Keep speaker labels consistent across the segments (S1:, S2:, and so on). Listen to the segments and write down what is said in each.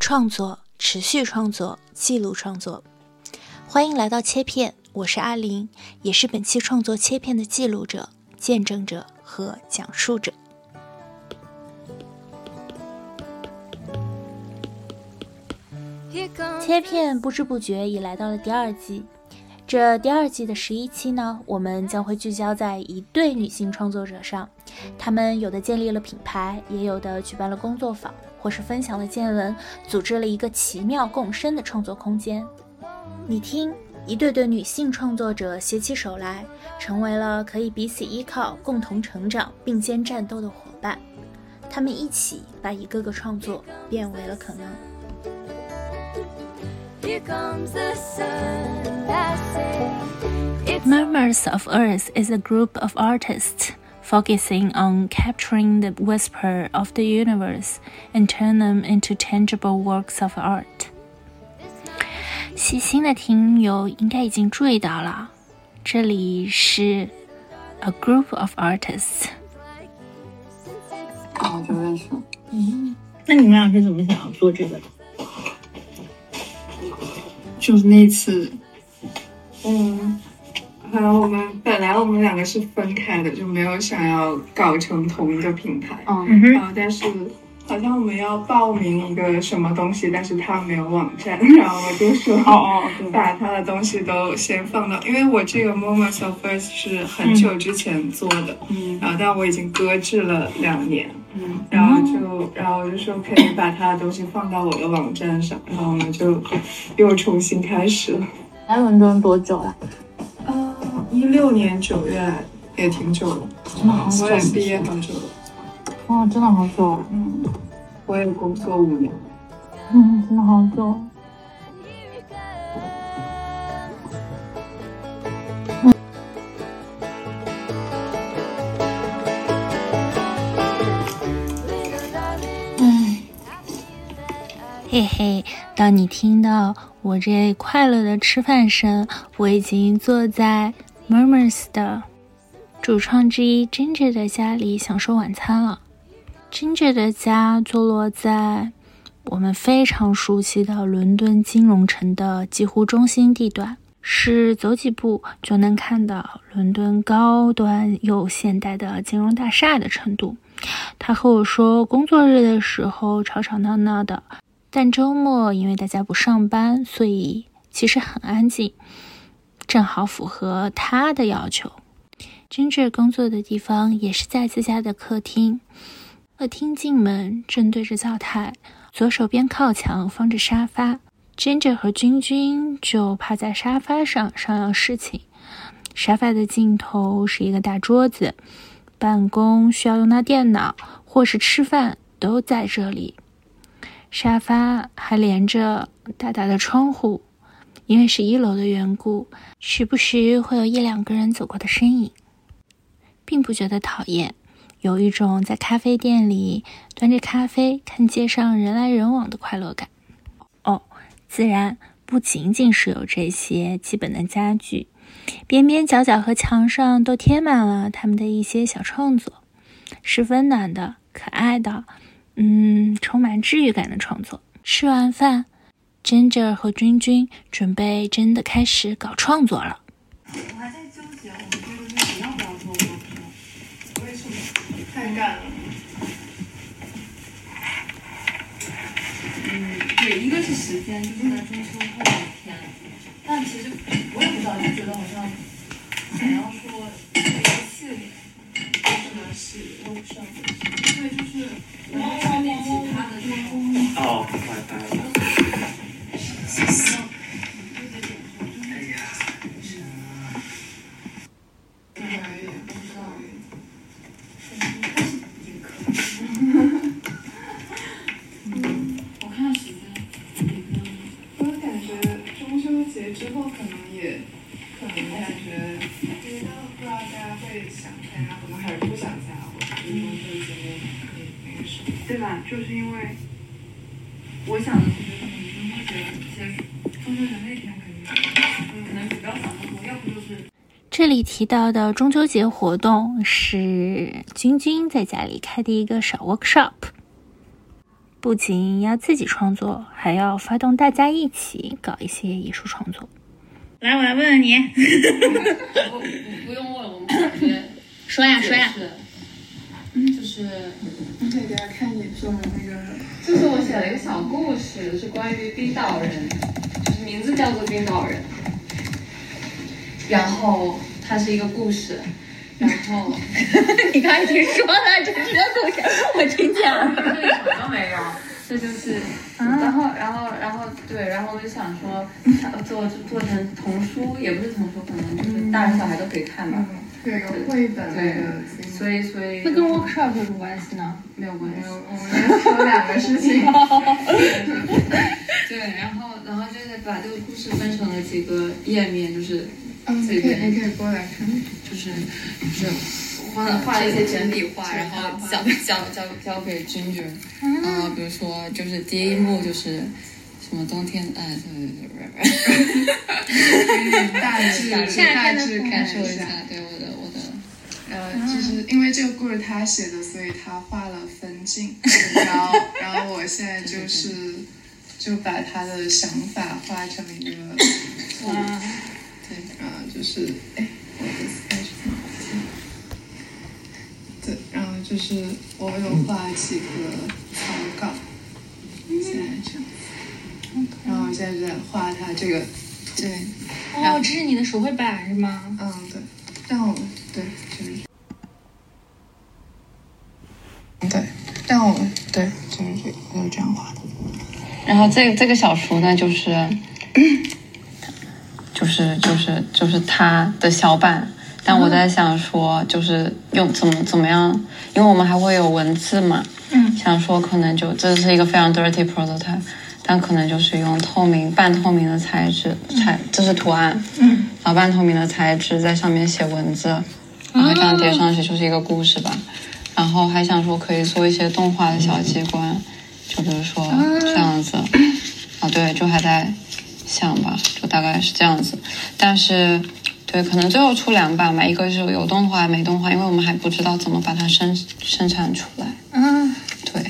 S1: 创作、持续创作、记录创作。欢迎来到切片，我是阿林，也是本期创作切片的记录者、见证者和讲述者。切片不知不觉已来到了第二季，这第二季的十一期呢，我们将会聚焦在一对女性创作者上，她们有的建立了品牌，也有的举办了工作坊，或是分享了见闻，组织了一个奇妙共生的创作空间。你听，一对对女性创作者携起手来，成为了可以彼此依靠、共同成长、并肩战斗的伙伴。她们一起把一个个创作变为了可能。
S2: Here comes the sun, that's it. It's
S3: Murmurs of Earth is a group of artists focusing on capturing the whisper of the universe and turn them into tangible works of art. 细心的听友应该已经注意到了，这里是 a group of artists。
S4: 我不认识。
S5: 嗯那你们俩是怎么想要做这个的？
S4: 就是那次，嗯，还有我们本来我们两个是分开的，就没有想要搞成同一个品牌。
S5: 嗯
S4: 嗯然后但是好像我们要报名一个什么东西，但是他没有网站，然后我就说
S5: 哦对
S4: 把他的东西都先放到，因为我这个 Moments of First 是很久之前做的，
S5: 嗯
S4: 然后但我已经搁置了两年，然后就，然后我就说可以把他的东西放到我的网站上，然后我们就又重新开始了。
S5: 来伦敦多久了？
S4: 啊，一六年九月也挺久了，
S5: 真的好
S4: 我也毕业好久了，
S5: 哇，真的好久，
S4: 嗯，我也工作五年。
S5: 嗯，真的好久。
S3: 嘿嘿，当你听到我这快乐的吃饭声，我已经坐在 Murmurs 的主创之一 Ginger 的家里享受晚餐了。Ginger 的家坐落在我们非常熟悉的伦敦金融城的几乎中心地段，是走几步就能看到伦敦高端又现代的金融大厦的程度。他和我说，工作日的时候吵吵闹闹的，但周末因为大家不上班，所以其实很安静，正好符合他的要求。Ginger 工作的地方也是在自家的客厅，客厅进门正对着灶台，左手边靠墙放着沙发。Ginger 和君君就趴在沙发上商量事情。沙发的尽头是一个大桌子，办公需要用到电脑或是吃饭都在这里。沙发还连着大大的窗户，因为是一楼的缘故，时不时会有一两个人走过的身影，并不觉得讨厌，有一种在咖啡店里端着咖啡看街上人来人往的快乐感。哦，自然不仅仅是有这些基本的家具，边边角角和墙上都贴满了他们的一些小创作，是温暖的、可爱的，嗯，充满治愈感的创作。吃完饭，Ginger 和君君准备真的开始搞创作了。
S4: 我还在纠结，我们这个东西要不要做作品？为什么？太赶了。
S6: 嗯，对，一个是时间，就是在中秋后两天，但其实我也不知道，就觉得好像想要说这个系列，什么是我不知道，对，就是我们后面其他的那种。
S7: 哦，快拜了。
S6: 我看时间，
S4: 我感觉中秋节之后可能也，可能感觉，就是不知道大家会想参加活动还是不想参加活动，就是中秋节可以那个什么。
S6: 对吧？就是因为我想的其实可能中秋节结束，中秋节那天肯定可能比较少很多，要不就是。
S3: 这里提到的中秋节活动是君君在家里开的一个小 workshop。不仅要自己创作，还要发动大家一起搞一些艺术创作。
S5: 来，我来问问你，
S8: 不不不用问，我们感觉
S5: 说呀说呀，
S8: 是，嗯就是
S4: 你可以给他看你做的那个，
S8: 就是我写了一个小故事，是关于冰岛人，就是名字叫做冰岛人，然后它是一个故事，然后
S5: 你刚已经说了，这是个故事，我听见了。
S8: 什么没有。 这就是，然后，然后，然后，对，然后我就想说，呃做做成童书，也不是童书，可能就是大人小孩都可以看吧。
S4: 有一个绘本那个形式。
S8: 所以，所以
S5: workshop 有什么关系呢？
S8: 没有关系。
S4: 我们说两个事 情，
S8: 对，然后然后就是把这个故事分成了几个页面，就是
S4: 嗯，你可以你可以过来看。
S8: 就是就是画画了一些整体画，然后交交交交给 Ginger，然
S4: 嗯
S8: 后比如说就是第一幕就是。什么冬天？哎，对对对，
S4: 大致大致
S8: 感
S4: 感
S8: 受
S4: 受
S8: 一
S4: 一
S8: 下
S4: 下。，
S8: 对我的我的，
S4: 呃，就是因为这个故事他写的，所以他画了分镜， 然后然后我现在就是就把他的想法画成一个图，对，然后就是哎，我的 sketch 对，然后就是我有画几个草稿，现在这样，然后我现在就在画他这个，对，
S5: 哦，这是你的手绘板是吗？
S4: 嗯对，但我对就是。对，但我对就是这个我就这样画的。
S8: 然后这这个小叔呢，就是，就是就是就是他的小版，但我在想说，就是用怎么怎么样，因为我们还会有文字嘛，嗯，想说可能就这是一个非常 dirty prototype，但可能就是用透明半透明的材质，材这是图案，嗯，然后半透明的材质在上面写文字，然后这样叠上去就是一个故事吧。然后还想说可以做一些动画的小机关，就比如说这样子，啊对，就还在想吧，就大概是这样子。但是对，可能最后出两版吧，一个是有动画没动画，因为我们还不知道怎么把它生生产出来。
S5: 嗯，
S8: 对，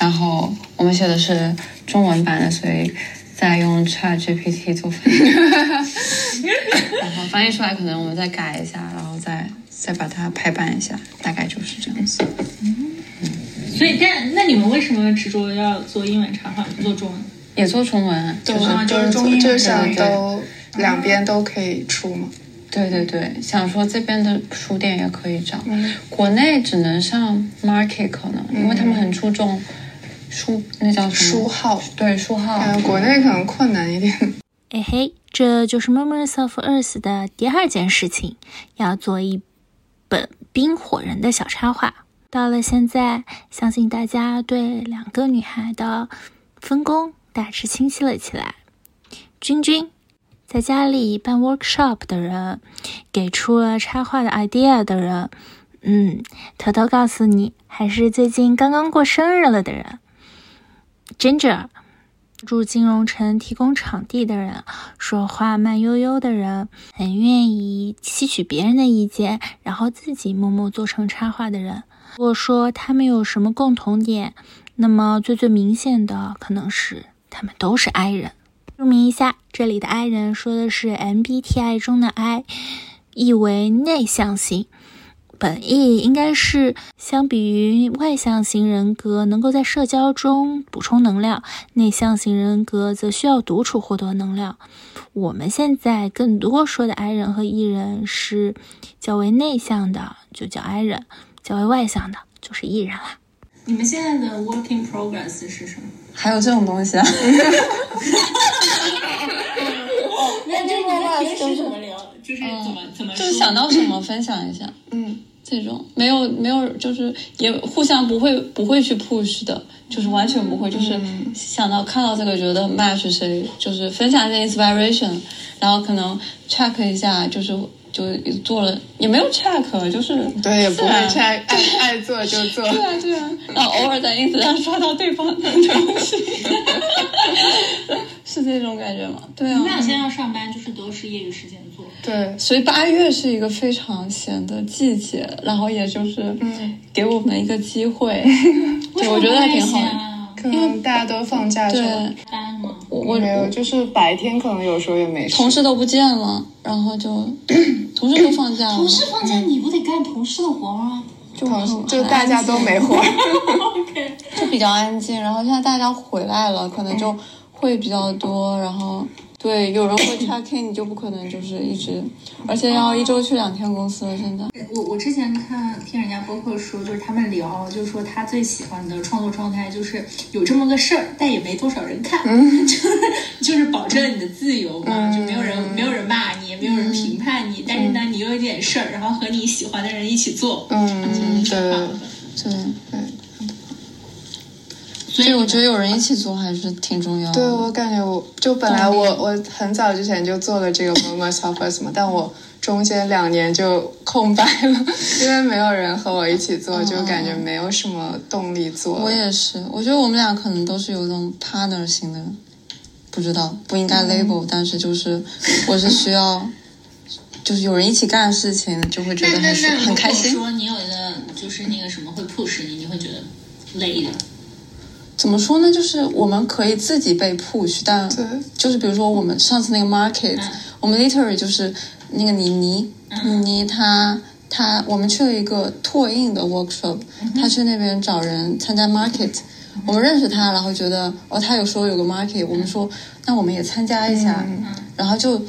S8: 然后我们写的是中文版的，所以再用 Chat GPT 做翻译，然后翻译出来可能我们再改一下，然后再再把它排版一下，大概就是这样子。
S5: 所以但哎那你们为什么执着要做英文插画，不做中文？
S8: 也做中文，
S9: 嗯
S8: 就
S5: 对啊
S8: 是
S5: 就是中英
S4: 就
S5: 两
S4: 是想
S8: 边
S4: 都两边都可以出嘛。
S8: 对对对，想说这边的书店也可以找，
S5: 嗯
S8: 国内只能上 Market 可能，因为他
S5: 嗯
S8: 们很注重书，那叫什
S4: 书
S8: 么？
S4: 号，
S8: 对书号，
S5: 啊
S4: 嗯，国内可能困难一点。
S3: 哎嘿，这就是 Murmurs of Earth 的第二件事情，要做一本冰火人的小插画。到了现在，相信大家对两个女孩的分工大致清晰了起来。君君在家里办 workshop 的人，给出了插画的 idea 的人，嗯，偷偷告诉你，还是最近刚刚过生日了的人，Ginger。住金融城提供场地的人，说话慢悠悠的人，很愿意吸取别人的意见，然后自己默默做成插画的人。如果说他们有什么共同点，那么最最明显的可能是他们都是 I 人。说明一下，这里的 I 人说的是 MBTI 中的 I，意为内向型。本意应该是相比于外向型人格，能够在社交中补充能量，内向型人格则需要独处获得能量。我们现在更多说的 I 人和 E 人是较为内向的，就叫 I 人；较为外向的，就是 E 人啦。
S5: 你们现在的 work in progress 是什么？
S8: 还有这种东 西啊？
S5: 那就是你们平时怎么聊？就是怎么怎么
S8: 嗯就是想到什么分享一下，
S4: 嗯，
S8: 这种没有没有，就是也互相不会不会去 push 的，就是完全不会，就是想到看到这个觉得 match 谁，就是分享一些 inspiration，然后可能 check 一下，就是就做了也没有 check，就是
S4: 对，也不
S8: 自
S4: 会
S8: 然
S4: 爱爱爱做就做。
S8: 对啊，对啊，然后偶尔在 ins 上刷到对方的东西， 是这种感觉吗？对啊，
S5: 那我现在要上班，就是都是业余时间做。
S4: 对，
S8: 所以八月是一个非常闲的季节，然后也就是给我们一个机会，对我觉得还挺好的。
S10: 啊
S5: 的。
S9: 因为大家都放假就
S8: 对
S11: 班吗？
S8: 我我
S9: 没有，就是白天可能有时候也没事。
S8: 同事都不见了，然后就 同事都放假了，
S10: 同事放假你不得干同事的活吗？
S8: 就
S9: 同事
S8: 很
S9: 就大家都没活儿，
S8: 就比较安静。然后现在大家回来了，可能就会比较多。然后对，有 人会 check in，你就不可能就是一直，而且要一周去两天公司了。现在
S10: 我我之前看听人家播客说，就是他们聊，就是说他最喜欢的创作状态就是有这么个事儿，但也没多少人看，
S8: 嗯
S10: 就是就是保证你的自由嘛，就没有
S8: 嗯
S10: 人没有人骂你，也没有人评判你，但是呢，你又有点事儿，然后和你喜欢的人一起做，
S8: 嗯，
S10: 挺好
S8: 对
S10: 的。
S8: 对对。所以我觉得有人一起做还是挺重要的。
S9: 对我感觉我就本来我我很早之前就做了这个 Murmur Software 嘛，但我中间两年就空白了，因为没有人和我一起做，就感觉没有什么动力做。
S8: 哦我也是，我觉得我们俩可能都是有一种 partner 型的，不知道不应该 label，、但是就是我是需要，就是有人一起干事情，就会觉
S10: 那
S8: 得
S10: 那
S8: 很舒
S10: 那如
S8: 很
S10: 果
S8: 开心。
S10: 说你有一个就是那个什么会 push 你，你会觉得累的。
S8: 怎么说呢？就是我们可以自己被 push，但
S9: 对
S8: 就是比如说我们上次那个 market，、我们 literally 就是那个妮妮，妮妮她她我们去了一个拓印的 workshop，、她去那边找人参加 market，、我们认识她，然后觉得哦，她有说有个 market，我们说那我们也参加一下，
S9: 嗯
S8: 然后就。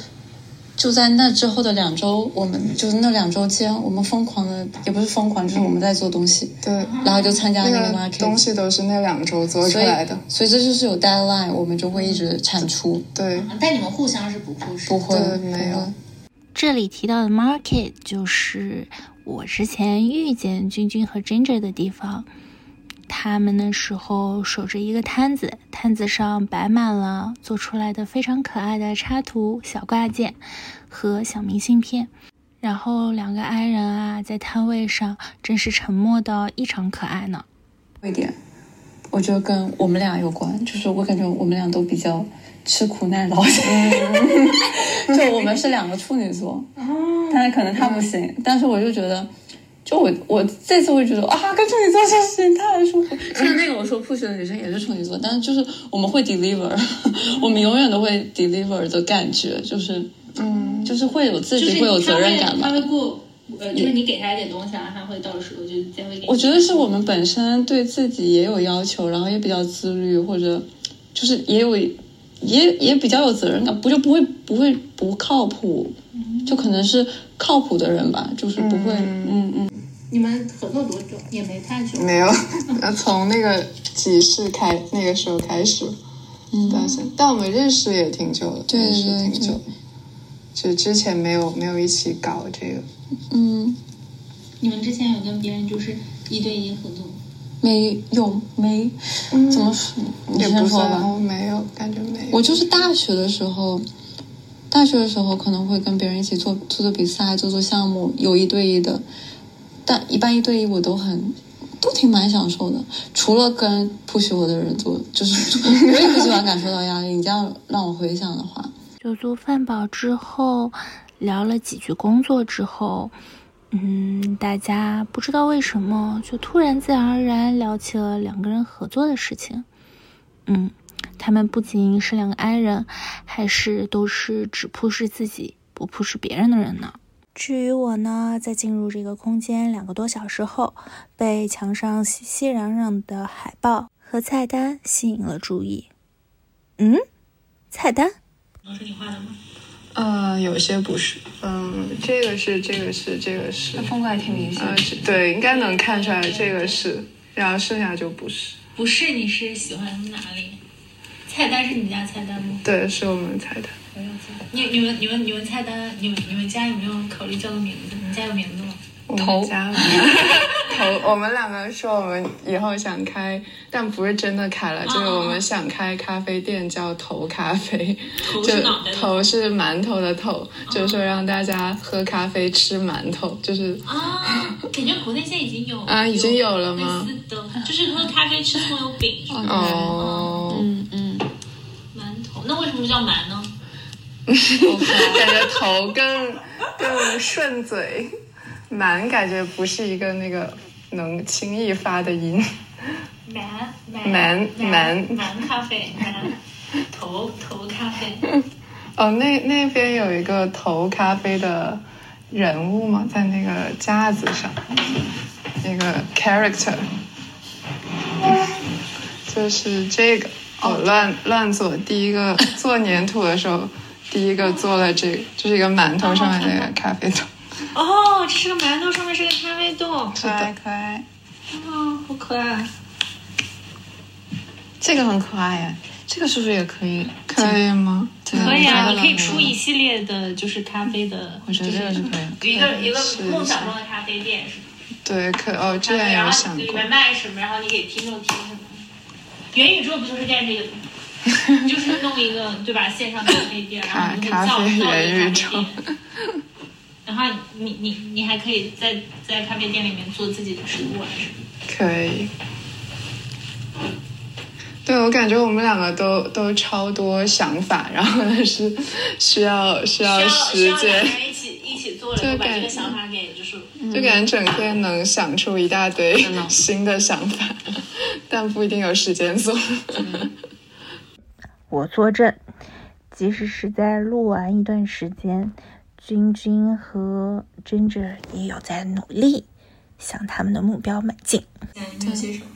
S8: 就在那之后的两周，我们就是那两周间，我们疯狂的也不是疯狂，就是我们在做东西，
S9: 对，
S8: 然后就参加
S9: 那
S8: 那个
S9: 个
S8: market，
S9: 东西都是那两周做出
S8: 所以
S9: 来的，
S8: 所以这就是有 deadline，我们就会一直产出，
S9: 对，
S10: 但你们互相是不 push，
S8: 不会
S9: 对
S8: 不会
S9: 没有
S3: 这里提到的 market 就是我之前遇见君君和 Ginger 的地方。他们那时候守着一个摊子，摊子上摆满了做出来的非常可爱的插图、小挂件和小明信片。然后两个 i 人啊，在摊位上真是沉默的异常可爱呢。
S8: 一点。我觉得跟我们俩有关，就是我感觉我们俩都比较吃苦耐 劳型，就我们是两个处女座，但是可能他不行，但是我就觉得。就我我这次会觉得啊，跟处女座这事情太舒服。虽然那个我说 push 的女生也是处女座，但是就是我们会 deliver，我们永远都会 deliver 的感觉，就是嗯，就是会有自
S11: 就是
S8: 己会有责任感吧。
S11: 他会他会过，呃，就是你给他一点东西，然后他会到时候就再会给你。
S8: 我觉得是我们本身对自己也有要求，然后也比较自律，或者就是也有也也比较有责任感，不就不会不会不靠谱，
S9: 嗯
S8: 就可能是靠谱的人吧，就是不会嗯嗯
S10: 你们合作多久？也没太久。
S9: 没有，呃从那个集市开那个时候开始，
S8: 嗯
S9: 但是但我们认识也挺久了，
S8: 对
S9: 认识
S8: 对
S9: 挺
S8: 对
S9: 久了，就之前没有没有一起搞这个，
S8: 嗯，
S10: 你们之前有跟别人就是一对一合作吗？
S8: 没有没怎么说，你
S9: 嗯也
S8: 先
S9: 不
S8: 说
S9: 算
S8: 吧。
S9: 哦，没有，感觉没有。
S8: 我就是大学的时候，大学的时候可能会跟别人一起做做做比赛、做做项目，有一对一的，但一般一对一我都很都挺蛮享受的，除了跟不许我的人做，就是 我也不喜欢感受到压力。你这样让我回想的话，
S3: 就做饭饱之后，聊了几句工作之后，嗯，大家不知道为什么就突然自然而然聊起了两个人合作的事情。嗯，他们不仅是两个 i 人，还是都是只 push 自己不 push 别人的人呢。至于我呢，在进入这个空间两个多小时后，被墙上熙熙攘攘的海报和菜单吸引了注意。嗯，菜单。
S9: 呃，有些不是，嗯，这个是，这个是，这个是，
S12: 风格还挺明显
S9: 嗯、是对，应该能看出来这个是，然后剩下就不是，
S11: 不是你是喜欢哪里？菜单是你家菜单吗？
S9: 对，是我们猜的。
S11: 你你们你们你们菜单，你们你们家有没有考虑叫个名字？你们家有名字吗？
S9: 我们家 头，我们两个说我们以后想开，但不是真的开了，就是我们想开咖啡店，叫头咖啡，就头是馒头的头，就是说让大家喝咖啡吃馒头，就是
S11: 啊，感觉国内现在已经有
S9: 啊已经有了吗
S8: 嗯
S11: 类似的，就是喝咖啡吃葱油饼，是吧
S9: 哦，
S8: 嗯嗯，
S11: 馒头。那为什么不叫馒呢？
S9: 感觉头更更顺嘴，蛮感觉不是一个那个能轻易发的音，
S7: 南
S9: 南
S7: 南
S9: 南
S7: 南咖啡，南头头咖啡，
S9: 哦，那那边有一个投咖啡的人物嘛，在那个架子上，那个 character，就是这个。哦，乱乱做，第一个做粘土的时候，第一个做了这个，就是一个馒头上面那个咖啡豆，
S7: 哦，这是个馒头，上面是个咖啡豆，
S9: 可爱可爱，
S7: 哦，好可爱。
S8: 这个很可爱
S9: 啊
S8: 呀，这个是不是也可以？
S9: 可以吗？
S7: 可以啊，
S8: 我觉得
S7: 你可以
S8: 呢
S7: 出一系列的，就是咖啡的，
S8: 我觉得这个是可以。
S7: 一个一个
S9: 是
S7: 梦想中的咖啡店是吧？
S9: 对，可哦，之前
S7: 然后
S9: 有
S7: 然后
S9: 想
S7: 里
S9: 过，
S7: 面卖什么，然后你给听众听什么。元宇宙不就是干这个的吗？ 你就是弄一个对吧，线上咖啡店，然后你就
S9: 咖
S7: 造造
S9: 咖啡
S7: 一个咖啡
S9: 元宇
S7: 店
S9: 宙，
S7: 然后你你你还可以在在咖啡店里面做自己的食物啊什么的。
S9: 可以。对，我感觉我们两个都都超多想法，然后但是需要需要时
S7: 需要需要嗯
S9: 间
S7: 两，个人一起一起做了，
S9: 这
S7: 然
S9: 个
S7: 后把这个
S9: 感觉
S7: 想法给就是
S9: 就感觉整天能想出一大堆
S8: 的
S9: 新的想法，但不一定有时间做。
S7: 嗯
S13: 我作证，即使是在录完一段时间，君君和 Ginger 也有在努力向他们的目标迈进。
S14: 你有些什么？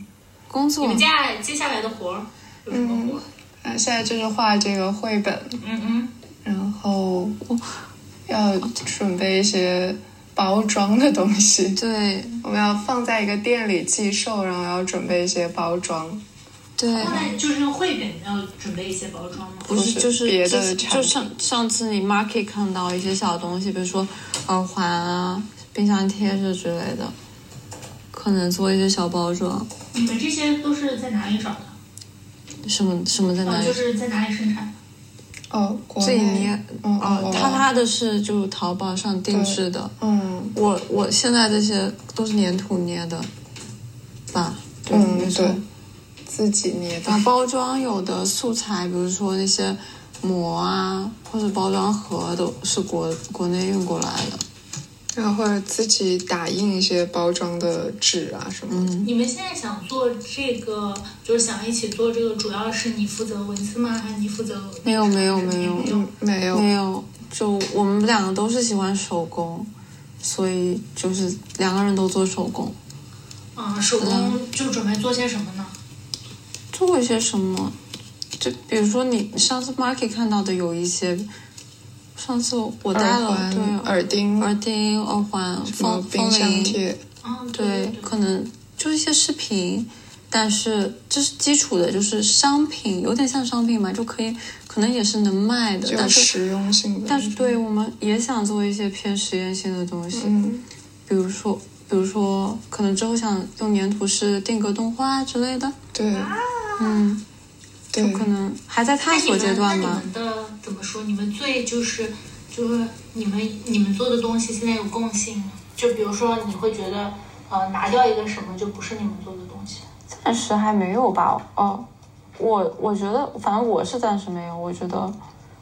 S9: 工作
S7: 你们家嗯接下来的活儿有什么活儿？
S9: 啊，现在就是画这个绘本，
S7: 嗯嗯。
S9: 然后要准备一些包装的东西。
S8: 对
S9: 我们要放在一个店里寄售，然后要准备一些包装。
S8: 对，
S7: 后来嗯就是用绘本，然后准备一些包装吗？
S8: 不是
S9: 是
S8: 就是
S9: 别的
S8: 之前
S9: 产
S8: 就
S9: 品
S8: 上上次你 market 看到一些小东西，比如说耳环啊、冰箱贴这之类的，可能做一些小包装。
S7: 你们这些都是在哪里找的？
S8: 什么什么在哪
S7: 哦，
S8: 里？
S7: 就是在哪里生产的？
S9: 哦，啊国
S8: 自己
S9: 内
S8: 捏。
S9: 嗯
S8: 哦，他他的是就淘宝上定制的。
S9: 嗯
S8: 我我现在这些都是粘土捏的，吧？对
S9: 嗯
S8: 没错嗯
S9: 对。自己捏的
S8: 然。后包装有的素材，比如说那些膜啊，或者包装盒，都是国国内运过来的。
S9: 然后或者自己打印一些包装的纸啊什么的。
S8: 嗯
S7: 你们现在想做这个，就是想一起做这个，主要是你负责文字吗？还是你负责？
S8: 没有没有没有
S9: 嗯，没有，
S8: 没有，就我们两个都是喜欢手工，所以就是两个人都做手工。
S7: 嗯，手工就准备做些什么呢？
S8: 做过一些什么？就比如说你上次 market 看到的有一些，上次我戴
S9: 耳
S8: 了
S9: 环
S8: 对、
S9: 耳钉、
S8: 耳钉、耳环、
S9: 什么
S8: 风
S9: 冰
S8: 风
S9: 箱
S8: 铃，
S9: 贴，
S7: 嗯，对
S8: 对，可能就一些视频，但是这是基础的，就是商品，有点像商品嘛，就可以，可能也是能卖的，
S9: 就
S8: 但是
S9: 实用性的。
S8: 但是对我们也想做一些偏实验性的东西，
S9: 嗯，
S8: 比如说，比如说，可能之后想用粘土师定格动画之类的，
S9: 对
S8: 嗯，就
S9: 对，
S8: 可能还在探索阶段
S7: 那
S8: 吧
S7: 你。们的怎么说？你们最就是就是你们你们做的东西现在有共性吗？就比如说你会觉得呃拿掉一个什么就不是你们做的东西。
S8: 暂时还没有吧，哦，我我觉得，反正我是暂时没有，我觉得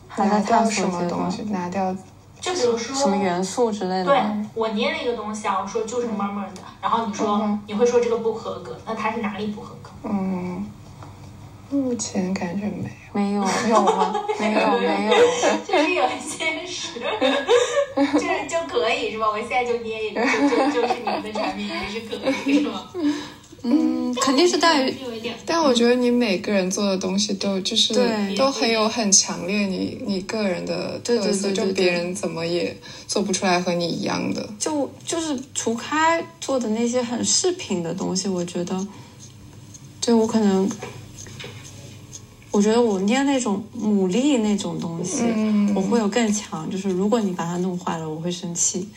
S8: 还
S9: 拿
S8: 在探
S9: 掉
S8: 索
S9: 什么
S8: 阶
S9: 东
S8: 段，
S9: 西？拿掉
S7: 就比如说
S8: 什么嗯元素之类的
S7: 对
S8: 吧。
S7: 我捏了一个东西啊，我说就是 murmur 的，然后你说、
S9: 嗯
S7: 你会说这个不合格，那它是哪里不合格？
S9: 嗯，目前感觉没有。
S8: 没有， 有吗？没有，没有。
S7: 就是有一些是，就是就可以是吧？我现在就捏一个，就就就是你们的产品还是可以是吗？
S8: 嗯，肯定是在于
S7: 是有一点。
S9: 但我觉得你每个人做的东西都就是
S8: 对
S9: 都很有很强烈你你个人的
S8: 对
S9: 特
S8: 对
S9: 色，
S8: 对对对
S9: 就别人怎么也做不出来和你一样的。
S8: 就就是除开做的那些很饰品的东西，我觉得，对我可能，我觉得我捏那种牡蛎那种东西，
S9: 嗯
S8: 我会有更强，就是如果你把它弄坏了，我会生气，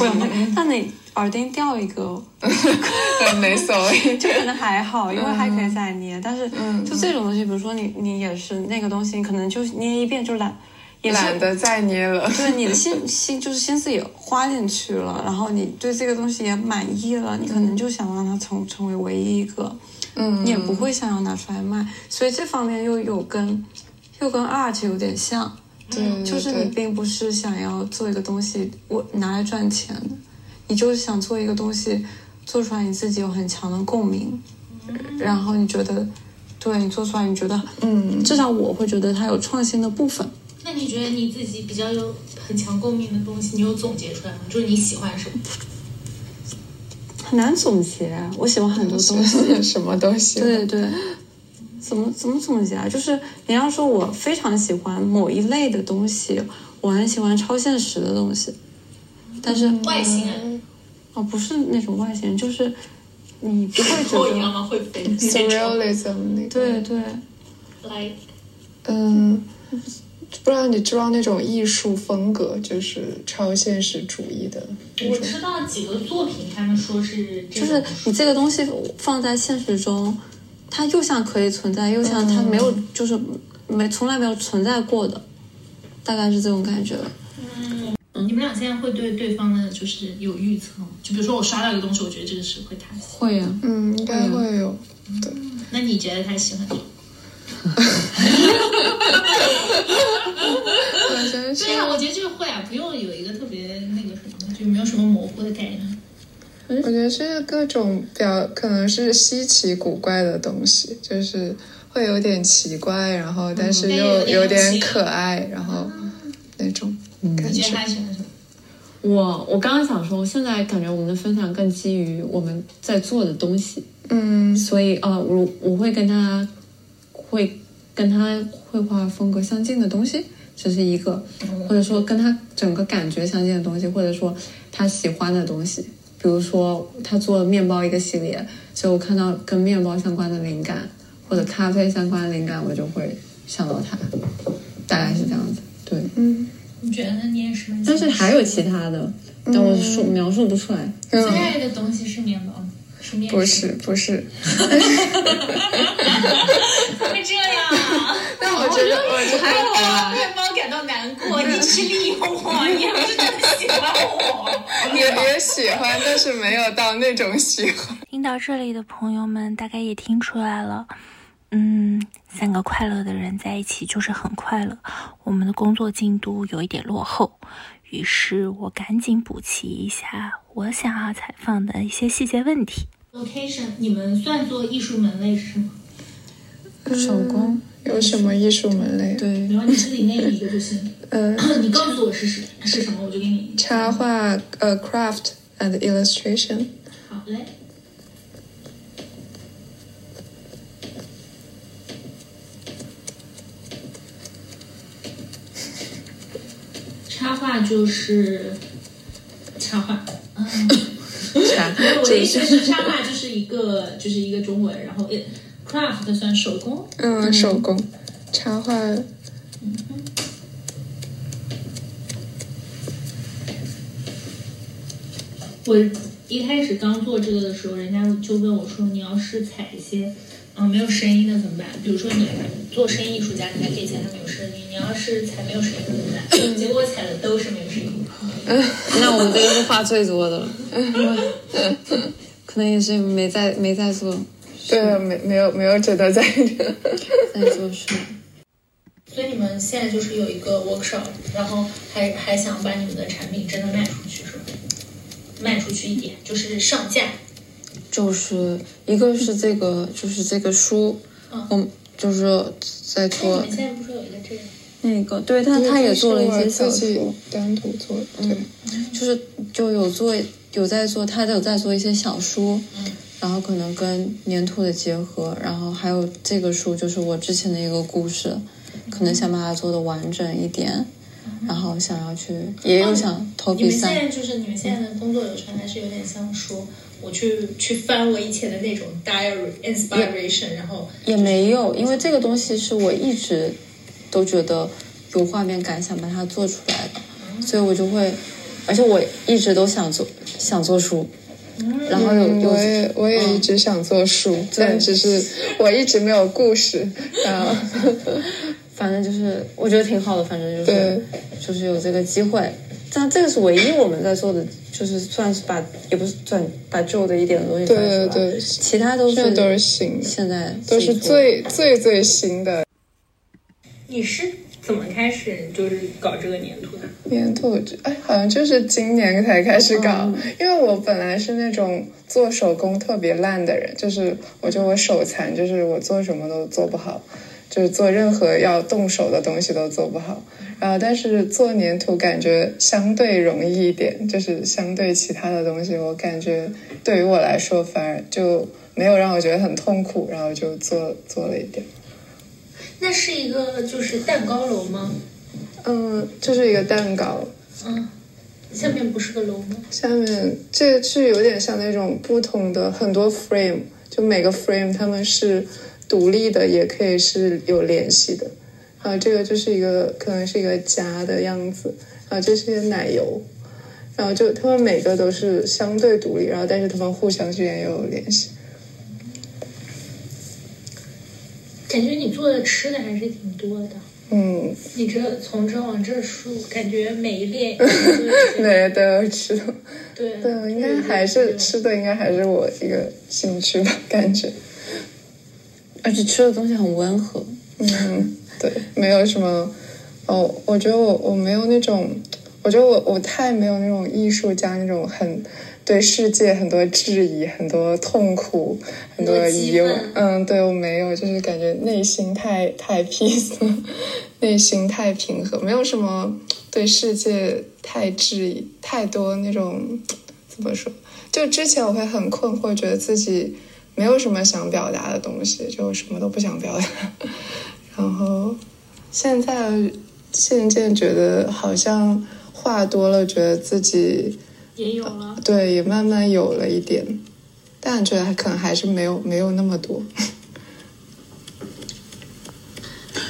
S8: 会有那，但你耳钉掉一个，
S9: 对，没所谓。
S8: 就可能还好，因为还可以再捏。但是
S9: 嗯
S8: 就这种东西，比如说你你也是那个东西，你可能就捏一遍就懒， 也是
S9: 懒得再捏了，
S8: 对你的 心心就是心思也花进去了，然后你对这个东西也满意了，你可能就想让它成成为唯一一个，
S9: 嗯
S8: 你也不会想要拿出来卖，所以这方面又有跟又跟 art 有点像，
S9: 对，
S15: 嗯
S8: 就是
S9: 对
S8: 你并不是想要做一个东西我拿来赚钱的，你就是想做一个东西，做出来你自己有很强的共鸣，
S15: 然后你觉得，对你做出来，你觉得，
S16: 嗯，
S15: 至少我会觉得它有创新的部分。
S7: 那你觉得你自己比较有很强共鸣的东西，你有总结出来吗？就是你喜欢什么？
S15: 很难总结啊，我喜欢很多东 西，
S16: 什么都喜欢
S15: 对对，怎么怎么总结啊？就是你要说我非常喜欢某一类的东西，我很喜欢超现实的东西，但是
S7: 外星人
S15: 哦，不是那种外星人，就是你不会觉
S7: 后
S15: 得
S7: 仰吗？会飞
S15: surrealism
S16: 那
S15: 对对，
S7: 来，
S9: 嗯，不知道你知不知道那种艺术风格，就是超现实主义的那
S7: 我
S9: 种。
S7: 知道几个作品，他们说是这
S15: 就
S7: 种
S15: 是你这个东西放在现实中，它又像可以存在，又像它没有，
S8: 嗯
S15: 就是没从来没有存在过的，大概是这种感觉。
S7: 嗯，你们俩现在会对对方的就是有预测吗？就比如说我刷到一个东西，我觉得这个是会他喜
S15: 会
S8: 啊
S15: 呀、
S9: 嗯，应该会有。
S7: 欢，那你觉得他喜欢你？
S9: 我觉得是
S7: 对呀、我觉得这个会啊，不用有一个特别那个什么，就没有什么模糊的概念。
S9: 我觉得是各种表，可能是稀奇古怪的东西，就是会有点奇怪，然后但是又
S7: 但又有点
S9: 点
S7: 有趣
S9: 可爱，然后那种感
S7: 你觉
S9: 觉
S7: 得。他喜欢什么？
S8: 我我刚刚想说，现在感觉我们的分享更基于我们在做的东西，
S9: 嗯，
S8: 所以啊、呃我我会跟他会跟他绘画风格相近的东西，这是一个，
S9: 嗯
S8: 或者说跟他整个感觉相近的东西，或者说他喜欢的东西，比如说他做面包一个系列，所以我看到跟面包相关的灵感或者咖啡相关的灵感，我就会想到他，大概是这样子，对，
S9: 嗯，
S7: 你觉得你也是吗？
S8: 但是还有其他的，但我说
S9: 嗯
S8: 描述不出来。
S7: 最爱的东西是面包吗，是面
S9: 不是不是，
S7: 怎么这样？
S9: 那我觉得
S7: 我
S9: 我觉得
S7: 我为面包感到难过，你只是利用我， 你也不是真的喜欢我。
S9: 也也喜欢，但是没有到那种喜欢。
S3: 听到这里的朋友们大概也听出来了，嗯，三个快乐的人在一起就是很快乐。我们的工作进度有一点落后，于是我赶紧补齐一下我想要采访的一些细节问题。
S7: Location，你们算作艺术门类是吗？
S9: 手工嗯有什么艺术门类？
S8: 对，
S7: 没有，你自己那一个就行。
S9: 呃，
S7: 你告诉我是什是什么，我就给你。
S9: 插画呃 craft and illustration。
S7: 好嘞。插画就是插画，嗯， 我的意思是插画就是一个就是一个中文，然后 it craft 算手工，
S9: 嗯，手工，插画，
S7: 我一开始刚做这个的时候，人家就问我说：“你要是采一些，嗯，没有声音的怎么办？比如说你做声音艺术家，你还可以采它没有声音；你要是采没有声音的怎么办？结果我采的都是没有声音。
S8: 那我们这个是话最多 的了，可能也是没在没在做，
S9: 对，没没有没有觉得在
S8: 在做事。
S7: 所以你们现在就是有一个 workshop，然后还还想把你们的产品真的卖出去，是吧？卖出去一点，就是上架。
S8: 就是一个是这个，就是这个书，我们就是在
S7: 嗯哎，你
S8: 做
S7: 们现在不是有一个这个？
S8: 那个，对，但他也做了一些小
S9: 自己
S8: 说，
S9: 单独做，对
S8: 嗯，就是就有做有在做，他有在做一些小书，
S7: 嗯
S8: 然后可能跟粘土的结合，然后还有这个书就是我之前的一个故事，可
S7: 嗯
S8: 能想把它做的完整一点，然后想要去也有想投
S7: 哦你
S8: 比
S7: 们现在
S8: 赛，
S7: 就是你们现在的工作流程还是有点像说，我去去翻我以前的那种 diary inspiration，然后
S8: 也没有，因为这个东西是我一直都觉得有画面感，想把它做出来的，所以我就会，而且我一直都想做想做书，然后有
S9: 嗯
S8: 有
S9: 我也我也一直想做书，但只是我一直没有故事，然后
S8: 反正就是我觉得挺好的，反正就是
S9: 对
S8: 就是有这个机会，但这个是唯一我们在做的，就是算是把也不是算把旧的一点的东西翻出来
S9: 对对对
S8: 其他都是
S9: 现在都是新的
S8: 现在
S9: 都是最最最新的。
S7: 你是怎么开始就是搞这个粘土的？
S9: 粘土，哎，好像就是今年才开始搞，因为我本来是那种做手工特别烂的人，就是我觉得我手残，就是我做什么都做不好，就是做任何要动手的东西都做不好。然后，但是做粘土感觉相对容易一点，就是相对其他的东西，我感觉对于我来说反而就没有让我觉得很痛苦，然后就做做了一点。
S7: 那是一个就是蛋糕楼吗？
S9: 嗯，就是一个蛋糕，
S7: 嗯，下面不是个楼吗？
S9: 下面这个是有点像那种不同的很多 frame，就每个 frame 它们是独立的，也可以是有联系的。然后这个就是一个可能是一个家的样子，然后这是奶油，然后就它们每个都是相对独立，然后但是它们互相之间又有联系。
S7: 感觉你做的吃的还是挺多的。
S9: 嗯，
S7: 你这从这往这数，感觉每一 列
S9: 对都有吃的，
S7: 对
S9: 对，应该还是吃的，应该还是我一个兴趣吧，感觉。
S8: 而且吃的东西很温和，
S9: 嗯，对，没有什么。哦，我觉得我我没有那种，我觉得我我太没有那种艺术家那种很对世界很多质疑、很多痛苦、很多疑问。嗯，对我没有，就是感觉内心太太 peace 了，内心太平和，没有什么对世界太质疑、太多那种怎么说？就之前我会很困惑，觉得自己没有什么想表达的东西，就什么都不想表达。 然后现在渐渐觉得好像话多了，觉得自己
S7: 也有了，
S9: 对也慢慢有了一点，但觉得可能还是没有没有那么多。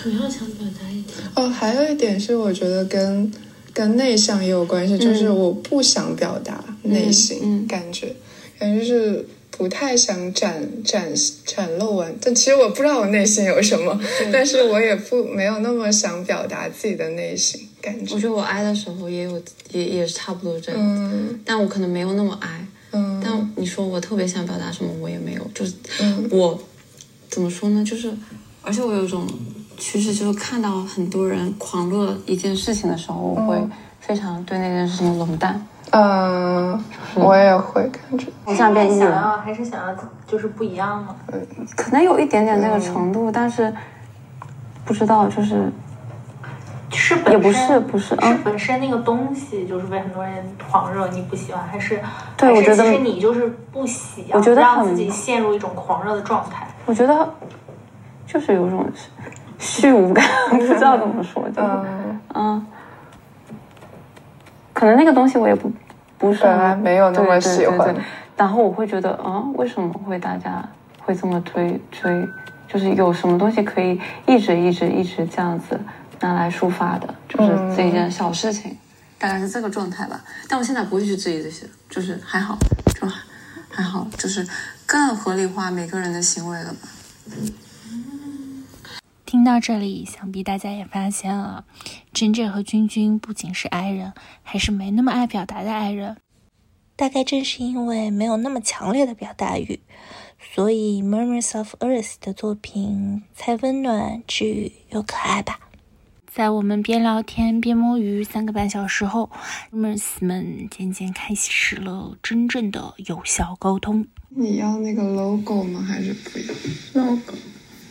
S7: 主要想表达一点。
S9: 哦，还有一点是，我觉得跟跟内向也有关系，就是
S7: 嗯
S9: 我不想表达内心，感觉、感觉是不太想展展展露完，但其实我不知道我内心有什么，但是我也不没有那么想表达自己的内心感觉。
S8: 我觉得我哀的时候也有，也也是差不多这样子，
S9: 嗯
S8: 但我可能没有那么哀。
S9: 嗯，
S8: 但你说我特别想表达什么，我也没有，就是
S9: 嗯
S8: 我怎么说呢？就是，而且我有一种趋势，就是看到很多人狂热一件事情的时候，我会非常对那件事情冷淡。
S9: 嗯，我也会感觉。
S8: 我想变艺
S7: 想
S8: 人，
S7: 要还是想要就是不一样吗？
S8: 可能有一点点那个程度，但是不知道就是。
S7: 是
S8: 也不是不是，
S7: 是
S8: 嗯，
S7: 本身那个东西就是为很多人狂热，你不喜欢，还是
S8: 对
S7: 还是
S8: 我觉得
S7: 其实你就是不喜，
S8: 我觉得
S7: 让
S8: 很
S7: 自己陷入一种狂热的状态。
S8: 我觉得就是有种虚无感，不知道怎么说，就是嗯，可能那个东西我也不不是
S9: 本来没有那么喜欢
S8: 对对对对然后我会觉得啊、为什么会大家会这么追追？就是有什么东西可以一直一直一直这样子拿来抒发的，就是
S9: 嗯
S8: 这一件小事情，大概是这个状态吧。但我现在不会去质疑这些，就是还好，就还还好，就是更合理化每个人的行为了吧。
S3: 听到这里，想必大家也发现了，真正和君君不仅是爱人，还是没那么爱表达的爱人。
S17: 大概正是因为没有那么强烈的表达欲，所以《Murmurs of Earth》的作品才温暖、治愈又可爱吧。
S3: 在我们边聊天边摸鱼三个半小时后，Murmurs 们渐渐开始了真正的有效沟通。
S9: 你要那个 logo 吗？还是不要
S18: logo？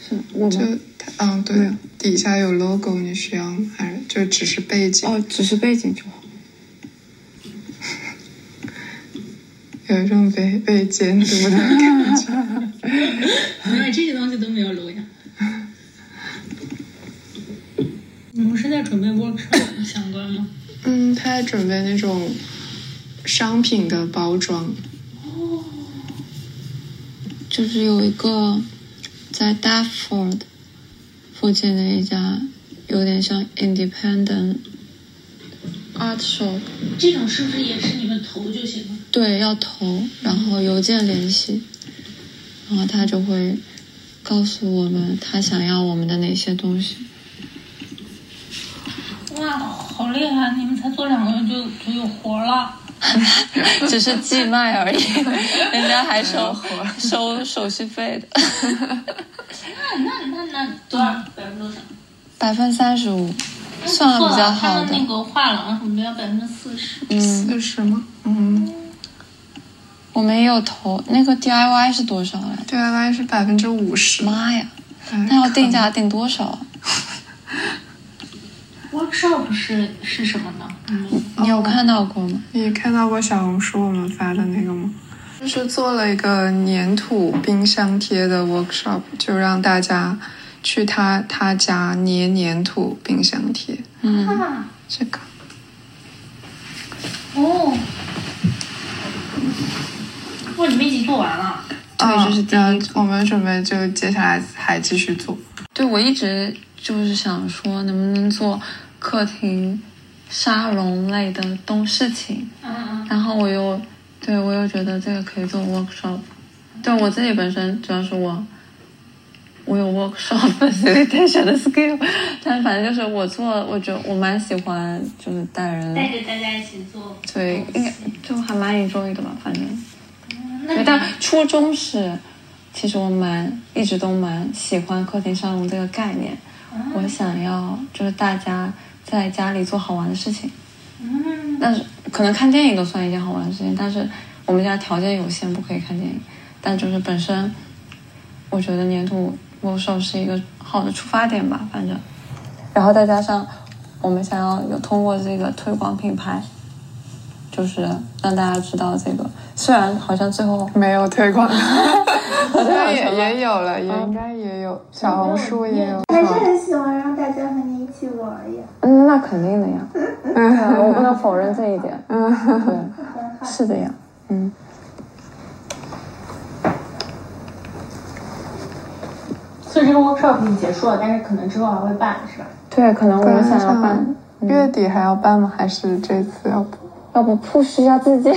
S9: 是
S18: 我
S9: 就
S18: 们
S9: 嗯，对，底下有 logo，你需要吗还是就只是背景？
S8: 哦，只是背景就好。
S9: 有一种被被监督的 感觉。
S7: 没有这些东西都没有留下。你们是在准备 workshop 相关吗？
S9: 嗯，他在准备那种商品的包装。
S18: 就是有一个在 Dartford 附近的一家有点像 independent art shop，
S7: 这种是不是也是你们投就行了？
S18: 对，要投，然后邮件联系，然后他就会告诉我们他想要我们的哪些东西。
S7: 哇，好厉害！你们才做两个月就就有活了。
S18: 只是寄卖而已，人家还收收手续费的。
S7: 嗯那那那那多少百分之多少？
S8: 百分之三十五，算
S7: 错
S8: 了比较
S7: 了，他
S8: 好
S7: 们
S8: 的。
S7: 那个画廊什么的要百分之四十。
S8: 嗯，四十吗？嗯，我们也有投那个 DIY 是多少
S18: 啊
S8: 来？DIY 是百分之五十。妈呀，那要定价定多少？
S18: 啊
S7: workshop 是是什么呢？
S8: 你有看到过吗？
S9: 你看到过小红书我们发的那个吗？就是做了一个粘土冰箱贴的 workshop，就让大家去他他家捏粘土冰箱贴。
S7: 嗯，
S9: 这个
S7: 哦，哇，你们已经做完了。
S9: 对，这是第一哦我们准备就接下来还继续做。
S8: 对，我一直就是想说，能不能做客厅沙龙类的东事情？
S7: 嗯
S8: 然后我又对我又觉得这个可以做 workshop。对我自己本身主要是我，我有 workshop facilitation 的 skill，但反正就是我做，我觉得我蛮喜欢就是带人，
S7: 带着大家一起做。
S8: 对，应该就还蛮 enjoy 的吧，反正。
S7: 嗯那
S8: 对，
S7: 你
S8: 但初衷是，其实我蛮一直都蛮喜欢客厅沙龙这个概念，
S7: 嗯
S8: 我想要就是大家在家里做好玩的事情。
S7: 嗯，
S8: 但是可能看电影都算一件好玩的事情，但是我们家条件有限，不可以看电影。但就是本身，我觉得年度 workshop 是一个好的出发点吧，反正。然后再加上我们想要有通过这个推广品牌，就是让大家知道这个。虽然好像最后
S9: 没有推 广，嗯
S8: 好
S9: 好
S8: 像
S9: 像
S8: 也
S9: 也也
S8: 也
S9: 有了，也应该也有，小红书也有。
S19: 还是很喜欢让大家和你一起玩儿呀。
S8: 嗯，那肯定的呀， 对啊我不能否认这一点。嗯，对，是这样。嗯，
S20: 所以这个 workshop 已经结束了，但是可能之后还会办，是吧？
S8: 对，可能我们想要
S9: 可
S8: 办
S9: 能，像嗯月底还要办吗？还是这次要办？
S8: 要不 push 一下自 己，因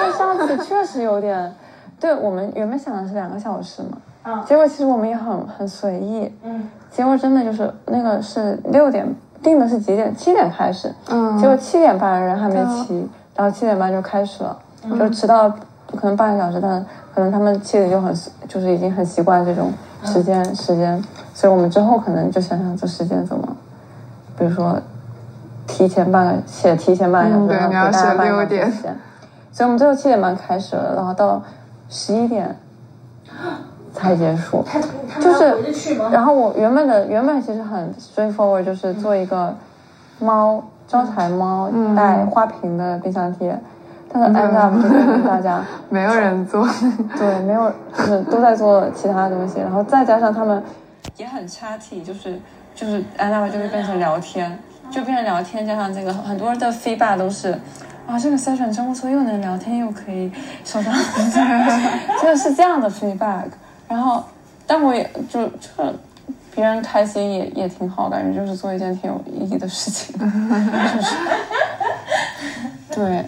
S8: 为上次确实有点，对我们原本想的是两个小时嘛，
S9: 嗯
S8: 结果其实我们也很很随意，
S20: 嗯，
S8: 结果真的就是那个是六点定的是几点？七点开始，
S9: 嗯
S8: 结果七点半人还没
S9: 对啊
S8: 齐，然后七点半就开始了，
S9: 嗯
S8: 就迟到可能半个小时，但可能他们七点就很就是已经很习惯这种时间、
S9: 嗯
S8: 时间，所以我们之后可能就想想这时间怎么，比如说提前半个写提前半个小
S9: 嗯
S8: 时，
S9: 对
S8: 然后
S9: 你要
S8: 给大
S9: 写
S8: 家半个
S9: 6点
S8: 小时时间所以我们最后七点半开始了，然后到十一点才结束。就
S20: 他们
S8: 是
S20: 还回得去吗，
S8: 然后我原本的原本其实很 straightforward，就是做一个猫招财猫
S9: 嗯
S8: 带花瓶的冰箱贴，但是 end up
S9: 嗯
S8: 就是跟大家
S9: 没有人做，
S8: 对，没有，就是都在做其他东西，然后再加上他们也很 chatty，就是就是 end up 就是变成聊天，就变成聊天加上这个很多人的 feedback 都是。啊，这个 session 真不错，又能聊天又可以收到，就是是这样的 feedback。然后，但我也就就是别人开心也也挺好，感觉就是做一件挺有意义的事情，就是对，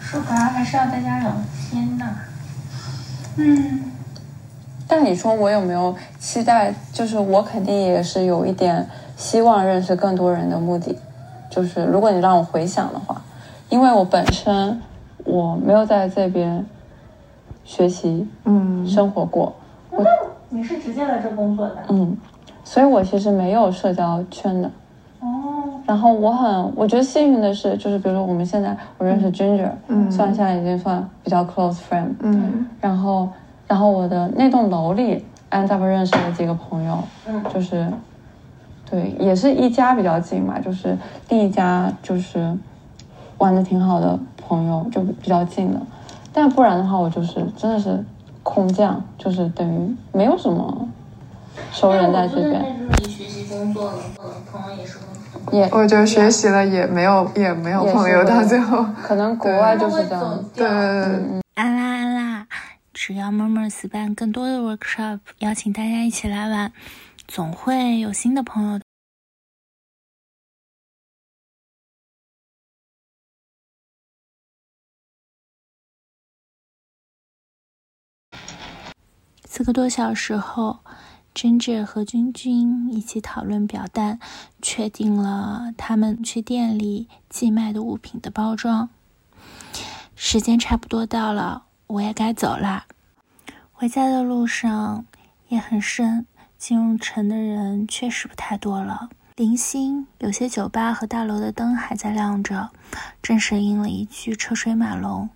S7: 说白了还是要大家聊天呐。嗯，
S8: 但你说我有没有期待？就是我肯定也是有一点希望认识更多人的目的。就是如果你让我回想的话，因为我本身我没有在这边学习，嗯，生活过，我
S20: 你是直接来这工作的？
S8: 嗯，所以我其实没有社交圈的。
S20: 哦，
S8: 然后我很，我觉得幸运的是，就是比如说我们现在我认识 Ginger，
S9: 嗯
S8: 虽然现在已经算比较 close friend，
S9: 嗯，
S8: 然后然后我的那栋楼里哎 end up 认识了几个朋友，
S20: 嗯
S8: 就是对，也是一家比较近嘛，就是另一家就是玩的挺好的朋友就比较近的，但不然的话，我就是真的是空降，就是等于没有什么熟人在这边。
S7: 那就是你学习工作了，朋友也是工作。
S8: 也
S9: 我就学习了，也没有啊也没有朋友，到最后
S8: 可能
S9: 国
S8: 外就是这样
S9: 对对对对。
S3: 安啦安啦，只要 Murmurs 办更多的 workshop，邀请大家一起来玩，总会有新的朋友的。四个多小时后，珍珍和君君一起讨论表单，确定了他们去店里寄卖的物品的包装。时间差不多到了，我也该走啦。回家的路上夜很深，
S21: 进入城的人确实不太多了。零星有些酒吧和大楼的灯还在亮着，正是应了一句车水马龙。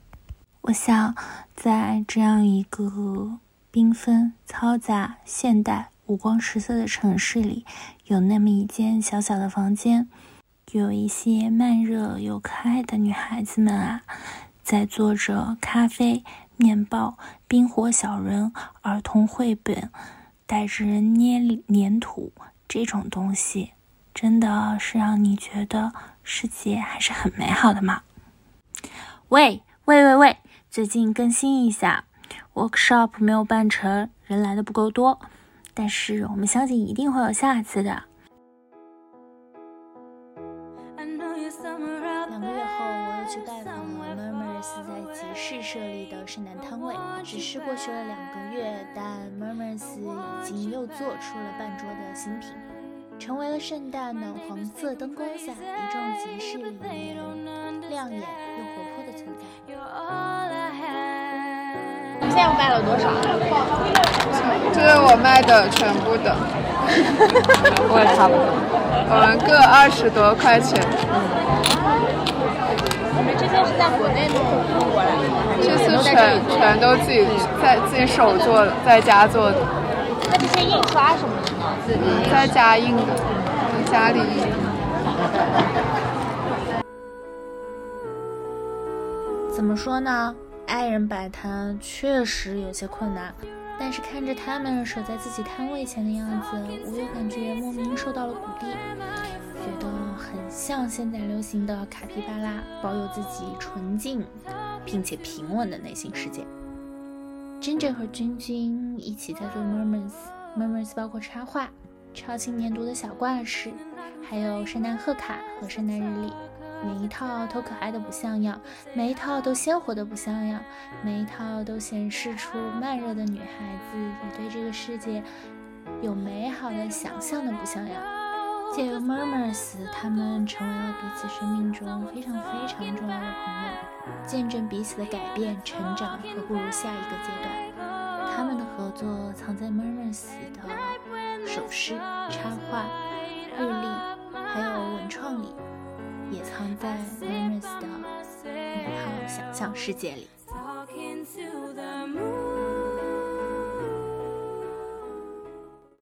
S21: 我想，在这样一个缤纷、嘈杂、现代、五光十色的城市里，有那么一间小小的房间，有一些慢热又可爱的女孩子们啊，在做着咖啡、面包、冰火小人、儿童绘本、带着人捏粘土这种东西，真的是让你觉得世界还是很美好的嘛？喂喂喂喂！最近更新一下，workshop 没有办成，人来的不够多，但是我们相信一定会有下次的。
S3: 两个月后，我又去拜访了 Murmurs 在集市设立的圣诞摊位。只是过去了两个月，但 Murmurs 已经又做出了半桌的新品，成为了圣诞暖黄色灯光下一众集市里面亮眼又活泼的存在。
S13: 现在卖了多少？
S9: 这是我卖的全部的，
S13: 我也差不多。
S9: 我们各二十多块钱。
S13: 你们这些是在国内弄弄过来的吗？还是
S9: 这次
S13: 都在这里
S9: 全
S13: 做的
S9: 全都自己在自己手做的，在家做的，
S13: 那这些印刷什么的呢？自己印
S9: 在家印的，家里印。
S3: 怎么说呢？爱人摆摊确实有些困难，但是看着他们守在自己摊位前的样子，我又感觉莫名受到了鼓励，觉得很像现在流行的卡皮巴拉，保有自己纯净并且平稳的内心世界。真真和君君一起在做 Murmurs，Murmurs 包括插画、超青年读的小挂饰，还有圣诞贺卡和圣诞日历。每一套都可爱的不像样，每一套都鲜活的不像样，每一套都显示出慢热的女孩子也对这个世界有美好的想象的不像样。借由 Murmurs，他们成为了彼此生命中非常非常重要的朋友，见证彼此的改变、成长和步入下一个阶段。他们的合作藏在 Murmurs 的首饰、插画、日历，还有文创里。也藏在 Murmurs 的美好想象世界里。